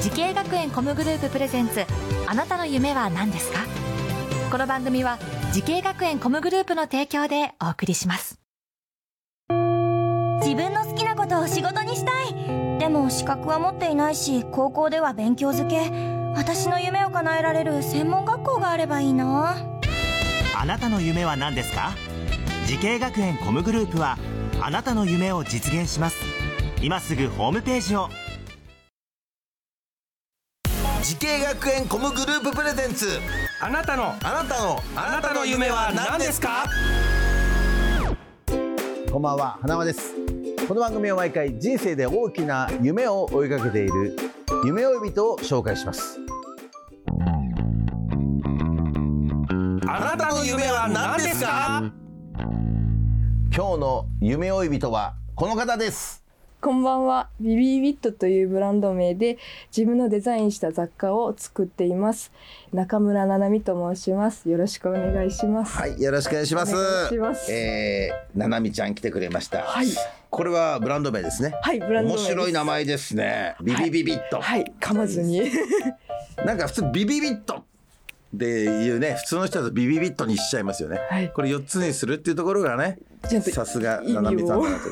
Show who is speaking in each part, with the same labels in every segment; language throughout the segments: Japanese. Speaker 1: 時系学園コムグループプレゼンツあなたの夢は何ですかこの番組は時系学園コムグループの提供でお送りします
Speaker 2: 自分の好きなことを仕事にしたいでも資格は持っていないし高校では勉強づけ私の夢を叶えられる専門学校があればいいな
Speaker 3: あなたの夢は何ですか時系学園コムグループはあなたの夢を実現します今すぐホームページを
Speaker 4: 時系学園コムグループプレゼンツ
Speaker 5: あなた
Speaker 4: あ
Speaker 5: の
Speaker 4: なたの
Speaker 5: あなたの夢は何ですか
Speaker 6: こんばんは花輪ですこの番組は毎回人生で大きな夢を追いかけている夢追い人を紹介します
Speaker 5: あなたの夢は何ですか
Speaker 6: 今日の夢追い人はこの方です
Speaker 7: こんばんは。ビビービットというブランド名で自分のデザインした雑貨を作っています。中村ななみと申します。よろしくお願いします。
Speaker 6: はいよろしくお願いします
Speaker 7: お願いします
Speaker 6: えー、ななみちゃん来てくれました
Speaker 7: はい。
Speaker 6: これはブランド名ですね
Speaker 7: はい、ブランド名
Speaker 6: 面
Speaker 7: です
Speaker 6: 白い名。前ですねビビビビッと、
Speaker 7: はい、噛まずに。
Speaker 6: なんか普通ビビビッとっていうね普通の人だとビビビッとにしちゃいますよね、
Speaker 7: はい
Speaker 6: これ4つにするっていうところがね
Speaker 7: ちゃんと
Speaker 6: さすがななみさんだなと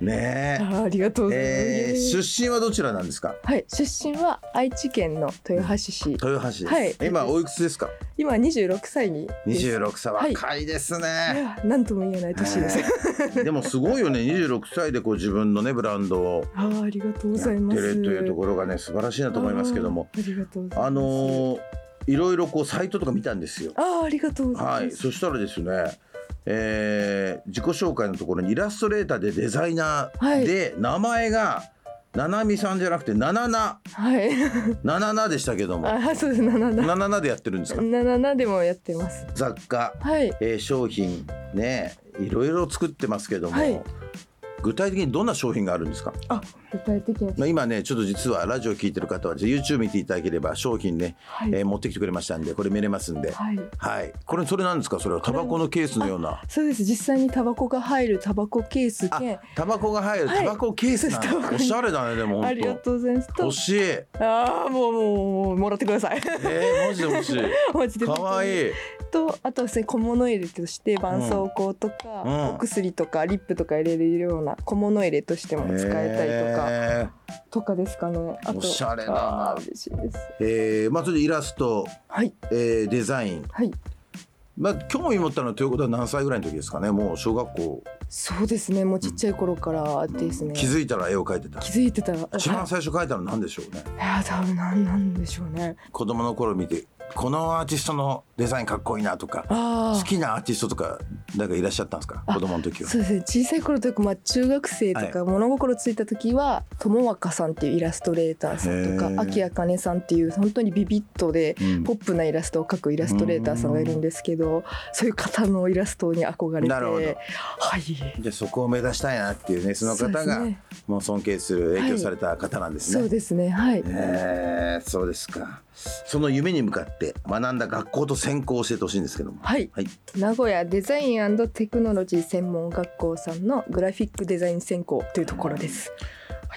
Speaker 6: ね
Speaker 7: あーありがとうございます。
Speaker 6: えー、出身はどちらなんですか
Speaker 7: はい、出身は愛知県の豊橋市。
Speaker 6: 豊橋です、
Speaker 7: はい
Speaker 6: 今おいくつですか
Speaker 7: 今26歳にです。
Speaker 6: 26歳
Speaker 7: はい
Speaker 6: 若いですね、
Speaker 7: いや、なんとも言えない年です。
Speaker 6: でもすごいよね26歳でこう自分のねブランドを
Speaker 7: あーありがとう
Speaker 6: やっ
Speaker 7: ご
Speaker 6: て
Speaker 7: ざいます。
Speaker 6: るというところがね素晴らしいなと思いますけども
Speaker 7: あー。ありがとうございます。
Speaker 6: あのーいろいろこうサイトとか見たんですよ
Speaker 7: あーありがとうございます。
Speaker 6: はいそしたらですねえー自己紹介のところにイラストレーターでデザイナーで、名前がななみさんじゃなくてななな
Speaker 7: はい。
Speaker 6: なななでしたけども
Speaker 7: あ、そうです。七七。
Speaker 6: なななでやってるんですか
Speaker 7: 七七でもやってます。
Speaker 6: 雑貨
Speaker 7: はい。
Speaker 6: えー商品ねいろいろ作ってますけども、
Speaker 7: はい
Speaker 6: 具体的にどんな商品があるんですか、
Speaker 7: 具体的に。
Speaker 6: まあ、今ねちょっと実はラジオ聞いてる方は YouTube 見ていただければ商品ね、
Speaker 7: はい。
Speaker 6: えー持ってきてくれましたんでこれ見れますんで、はい
Speaker 7: はい。
Speaker 6: これそれなんですかそれはタバコのケースのような
Speaker 7: そうです。実際にタバコが入るタバコケース
Speaker 6: あ
Speaker 7: 兼。
Speaker 6: タバコが入る
Speaker 7: はい
Speaker 6: タバコケースなんだ
Speaker 7: そうですタバコ
Speaker 6: おしゃれだねでも
Speaker 7: あ
Speaker 6: 本
Speaker 7: りが
Speaker 6: 当
Speaker 7: とうございます。と
Speaker 6: 欲しいえ
Speaker 7: ああ、もう、もう、もう、もらってください。
Speaker 6: ー、マジで欲しい
Speaker 7: マ ジで。
Speaker 6: かわいい
Speaker 7: と、あとはですね、小物入れとして、絆創膏とか、
Speaker 6: うん
Speaker 7: お薬とか、リップとか入れるような。小物入れとしても使えたりとか、
Speaker 6: え
Speaker 7: とかですかね。あと。
Speaker 6: おしゃれだな
Speaker 7: あー嬉しいです。
Speaker 6: ーえーまあそれでイラスト、
Speaker 7: はい。
Speaker 6: えーデザイン
Speaker 7: はい。
Speaker 6: まあ興味持ったのはということは何歳ぐらいの時ですかねもう小学校
Speaker 7: そうですね。もうちっちゃい頃からですね。
Speaker 6: 気づいたら絵を描いてた
Speaker 7: 気づいてたら。
Speaker 6: 一番最初描いたの何でしょうね
Speaker 7: いや多分なんなんでしょうね。
Speaker 6: 子供の頃見てこのアーティストのデザインかっこいいなとか
Speaker 7: あ
Speaker 6: 好
Speaker 7: あ。
Speaker 6: きなアーティストとかなんかいらっしゃったんですか
Speaker 7: あ
Speaker 6: 子供の時は
Speaker 7: そうですね小さい頃というか、まあ、中学生とか物心ついた時は友若さんっていうイラストレーターさん
Speaker 6: へ
Speaker 7: と
Speaker 6: ー
Speaker 7: か秋あかねさんっていう本当にビビッとで
Speaker 6: うん
Speaker 7: ポップなイラストを描くイラストレーターさんがいるんですけどそういう方のイラストに憧れて
Speaker 6: なるほど
Speaker 7: はい
Speaker 6: じゃあそこを目指したいなっていうねその
Speaker 7: うで
Speaker 6: 方
Speaker 7: す
Speaker 6: が
Speaker 7: ね
Speaker 6: もう尊敬する影響された方なんです
Speaker 7: そう
Speaker 6: ね。
Speaker 7: ですねはい、
Speaker 6: えーそうですかその夢に向かって学んだ学校と専攻を教えてほしいんですけども
Speaker 7: はい、
Speaker 6: はい
Speaker 7: 名古屋デザインテクノロジー専門学校さんのグラフィックデザイン専攻というところです。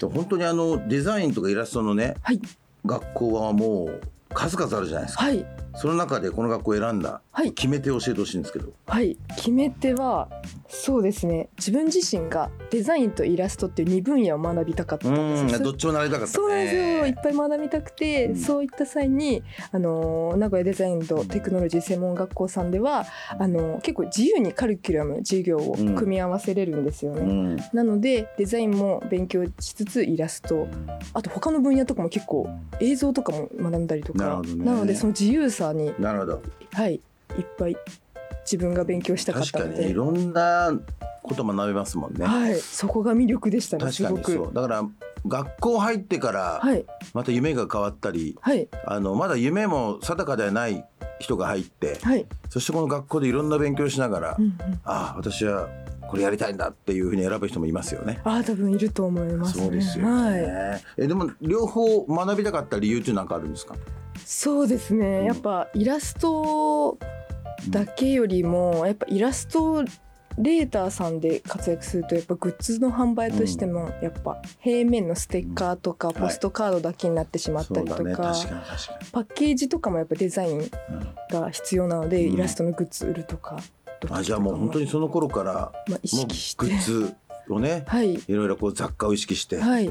Speaker 6: 本当にあのデザインとかイラストのね
Speaker 7: はい、
Speaker 6: 学校はもう数々あるじゃないですか
Speaker 7: はい、
Speaker 6: その中でこの学校を選んだ
Speaker 7: はい
Speaker 6: 決め手を教えてほしいんですけど
Speaker 7: はい、決め手はそうですね自分自身がデザインとイラストっていう2分野を学びたかった
Speaker 6: うん
Speaker 7: です
Speaker 6: ん
Speaker 7: よ
Speaker 6: どっちもなりたかったね
Speaker 7: そうなんですよいっぱい学びたくて、
Speaker 6: うん
Speaker 7: そういった際にあの名古屋デザインとテクノロジー専門学校さんではあの結構自由にカリキュラム授業を組み合わせれるんですよね。
Speaker 6: うん
Speaker 7: なのでデザインも勉強しつつイラストあと他の分野とかも結構映像とかも学んだりとか
Speaker 6: なるほどね
Speaker 7: のでその自由さに、
Speaker 6: なるほど
Speaker 7: はい、いっぱい自分が勉強したかっ
Speaker 6: 確
Speaker 7: た
Speaker 6: か
Speaker 7: ので
Speaker 6: にいろんなこと学べますもんね
Speaker 7: はい、そこが魅力でしたね。
Speaker 6: 確
Speaker 7: す
Speaker 6: か
Speaker 7: ご
Speaker 6: に
Speaker 7: く
Speaker 6: そうだから学校入ってから
Speaker 7: はい、
Speaker 6: また夢が変わったり
Speaker 7: はい、
Speaker 6: あのまだ夢も定かではない人が入って
Speaker 7: はい、
Speaker 6: そしてこの学校でいろんな勉強をしながら
Speaker 7: うんうん、
Speaker 6: ああ私はこれやりたいんだっていうふうに選ぶ人もいますよね。
Speaker 7: ああ、多分いると思います、ね。
Speaker 6: そうですよね、
Speaker 7: は
Speaker 6: えでも両方学びたかった理由って何かあるんですか
Speaker 7: い、そうです
Speaker 6: うん
Speaker 7: ね。やっぱイラストだけよりも、やっぱイラストレーターさんで活躍するとやっぱグッズの販売としてもやっぱ平面のステッカーとか
Speaker 6: んはい
Speaker 7: ポストカードだけになってしまっ
Speaker 6: そ
Speaker 7: た
Speaker 6: う
Speaker 7: りと
Speaker 6: だね
Speaker 7: か
Speaker 6: 確かに確か
Speaker 7: パッケージとかもやっぱデザイン
Speaker 6: に、うん
Speaker 7: が必要なので
Speaker 6: うん
Speaker 7: イラストのグッズ売るとかとか
Speaker 6: あじゃあもう本当にその頃から
Speaker 7: まあ意
Speaker 6: もうグ
Speaker 7: 識して
Speaker 6: ッズをね
Speaker 7: はい
Speaker 6: いろいろこう雑貨を意識して、
Speaker 7: はい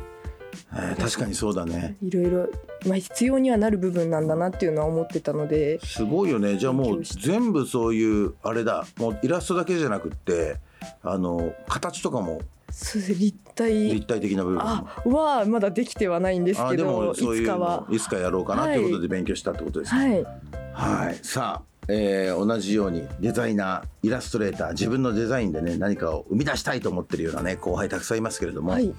Speaker 6: えー確かにそうだね
Speaker 7: いろいろまあ必要にはなる部分なんだなっていうのは思ってたのです
Speaker 6: ごいよねじゃあもう全部そういうあれだもうイラストだけじゃなくってあの形とかも
Speaker 7: そうです立体
Speaker 6: 立体的な部分も
Speaker 7: あはまだできてはないんです
Speaker 6: あ
Speaker 7: け
Speaker 6: で
Speaker 7: ど
Speaker 6: も
Speaker 7: い
Speaker 6: そうい
Speaker 7: つ
Speaker 6: う
Speaker 7: か
Speaker 6: の
Speaker 7: は
Speaker 6: をいつかやろうかなということで勉強したってことですね
Speaker 7: はい
Speaker 6: はい、さあ、えー同じようにデザイナーイラストレーター自分のデザインでね何かを生み出したいと思ってるようなね後輩たくさんいますけれども、
Speaker 7: はい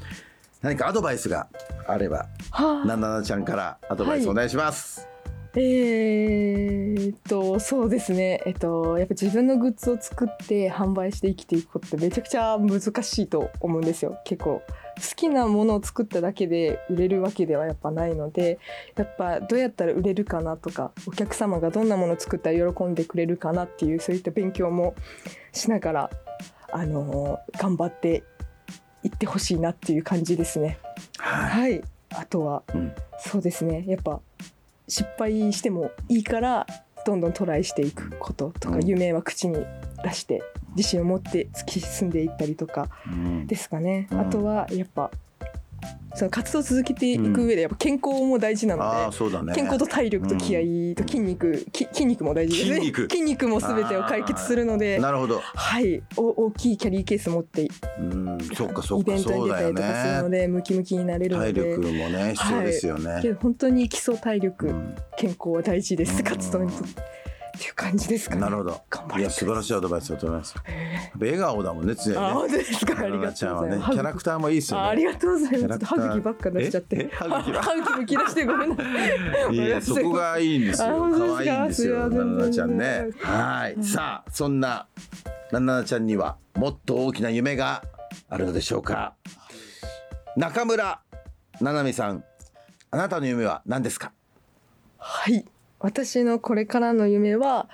Speaker 6: 何かアドバイスがあれば
Speaker 7: はあ
Speaker 6: なななちゃんからアドバイスお願いします。
Speaker 7: えー、っとそうですねえっとやっぱ自分のグッズを作って販売して生きていくことってめちゃくちゃ難しいと思うんですよ結構好きなものを作っただけで売れるわけではやっぱないのでやっぱどうやったら売れるかなとかお客様がどんなものを作ったら喜んでくれるかなっていうそういった勉強もしながらあのー頑張っていってほしいなっていう感じですね。
Speaker 6: はい、
Speaker 7: はい、あとは、
Speaker 6: うん
Speaker 7: そうですねやっぱ失敗してもいいからどんどんトライしていくこととか、
Speaker 6: うん
Speaker 7: 夢は口に出して自信を持って突き進んでいったりとか
Speaker 6: うん
Speaker 7: ですかね、
Speaker 6: うん
Speaker 7: あとはやっぱその活動を続けていく上でやっぱ健康も大事なので。
Speaker 6: ああそうだね。
Speaker 7: 健康と体力と気合と筋肉、き筋肉も大事ですね
Speaker 6: 筋肉
Speaker 7: 筋肉も全てを解決するので
Speaker 6: なるほど。
Speaker 7: はいお大きいキャリーケース持ってイ
Speaker 6: うん、そうかそう
Speaker 7: ベ
Speaker 6: か
Speaker 7: ント
Speaker 6: そ
Speaker 7: に
Speaker 6: う
Speaker 7: 出
Speaker 6: だ
Speaker 7: た
Speaker 6: よ
Speaker 7: りとかするの
Speaker 6: ね。
Speaker 7: でムキムキになれるので
Speaker 6: 体力もね必要ですよね。
Speaker 7: けど本当に基礎体力、
Speaker 6: うん
Speaker 7: 健康は大事で
Speaker 6: うん
Speaker 7: す活動にとっていう感じですかね。
Speaker 6: なるほど
Speaker 7: 頑張。
Speaker 6: い
Speaker 7: り
Speaker 6: や
Speaker 7: たい
Speaker 6: 素晴らしいアドバイスだと思います。やっぱ笑顔だもんね常にね。
Speaker 7: あ本当ですか。あ
Speaker 6: な
Speaker 7: り
Speaker 6: なな
Speaker 7: が
Speaker 6: ちゃ
Speaker 7: とう
Speaker 6: は
Speaker 7: んござい
Speaker 6: ね
Speaker 7: ます。
Speaker 6: キャラクターもいいですよね。
Speaker 7: あありがとうございます。ちょっと
Speaker 6: キャラク
Speaker 7: 歯
Speaker 6: ター
Speaker 7: 茎ばっか出しちゃって
Speaker 6: ええ。歯 茎ばっか
Speaker 7: 歯茎むき出 してごめんなさい。
Speaker 6: いやいやそこがいいんです
Speaker 7: あ
Speaker 6: よ。
Speaker 7: 本当です
Speaker 6: 可
Speaker 7: か
Speaker 6: 愛いんですよ。
Speaker 7: そ
Speaker 6: な
Speaker 7: れは全然
Speaker 6: ななちゃんね。はい。さあそんななななちゃんにはもっと大きな夢があるのでしょうか。中村ななみさん、あなたの夢は何ですか。
Speaker 7: はい。私のこれからの夢は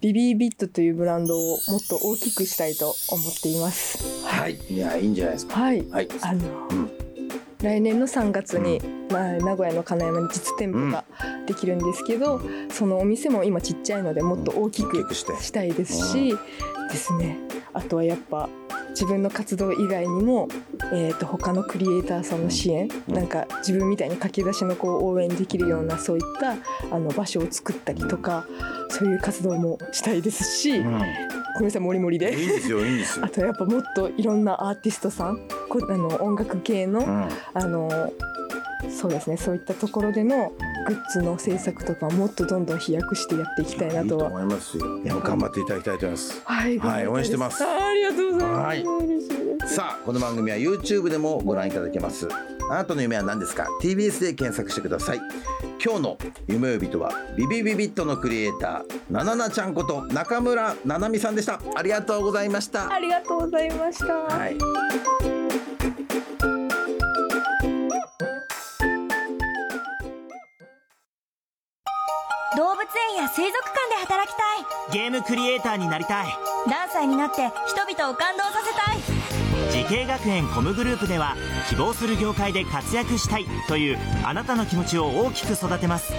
Speaker 7: ビビービットというブランドをもっと大きくしたいと思っています。
Speaker 6: はい。いやいいんじゃないですか。
Speaker 7: はい。
Speaker 6: はい。
Speaker 7: あの、
Speaker 6: うん
Speaker 7: 来年の3月に、まあ、名古屋の金山に実店舗ができるんですけど、そのお店も今ちっちゃいのでもっと大き
Speaker 6: 大き
Speaker 7: く
Speaker 6: くして
Speaker 7: したいですし、ですねあとはやっぱ自分の活動以外にも、えー、と他のクリエイターさんの支援、
Speaker 6: うん
Speaker 7: なんか自分みたいに駆け出しの子を応援できるようなそういったあの場所を作ったりとかそういう活動もしたいですし、
Speaker 6: う
Speaker 7: ご
Speaker 6: ん。
Speaker 7: めんなさいもりもりで
Speaker 6: いいんですよいいんですよ
Speaker 7: あ。とやっぱもっといろんなアーティストさんこあの音楽系の,、
Speaker 6: うん。
Speaker 7: あのそうですねそういったところでのグッズの制作とかもっとどんどん飛躍してやっていきたいない
Speaker 6: いと
Speaker 7: とは。
Speaker 6: 思いますよ。いや頑張っていただきたいと思います。
Speaker 7: はい
Speaker 6: はい応援してます
Speaker 7: あーありがとうございます。
Speaker 6: はい
Speaker 7: 嬉しいです
Speaker 6: さあこの番組は YouTube でもご覧いただけますあなたの夢は何ですか TBS で検索してください今日の夢呼びとはビビビビットのクリエイターなななちゃんこと中村ななみさんでしたありがとうございました
Speaker 7: ありがとうございました。
Speaker 6: はい
Speaker 2: 動物園や水族館で働きたい
Speaker 3: ゲームクリエイターになりたい
Speaker 2: 何歳になって人々を感動させたい
Speaker 5: 時系学園コムグループでは希望する業界で活躍したいというあなたの気持ちを大きく育てます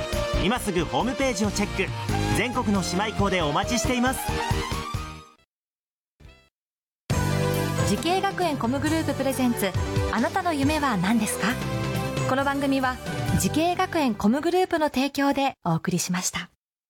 Speaker 5: 今すぐホームページをチェック全国の姉妹校でお待ちしています
Speaker 1: 時系学園コムグループプレゼンツあなたの夢は何ですかこの番組は時系学園コムグループの提供でお送りしました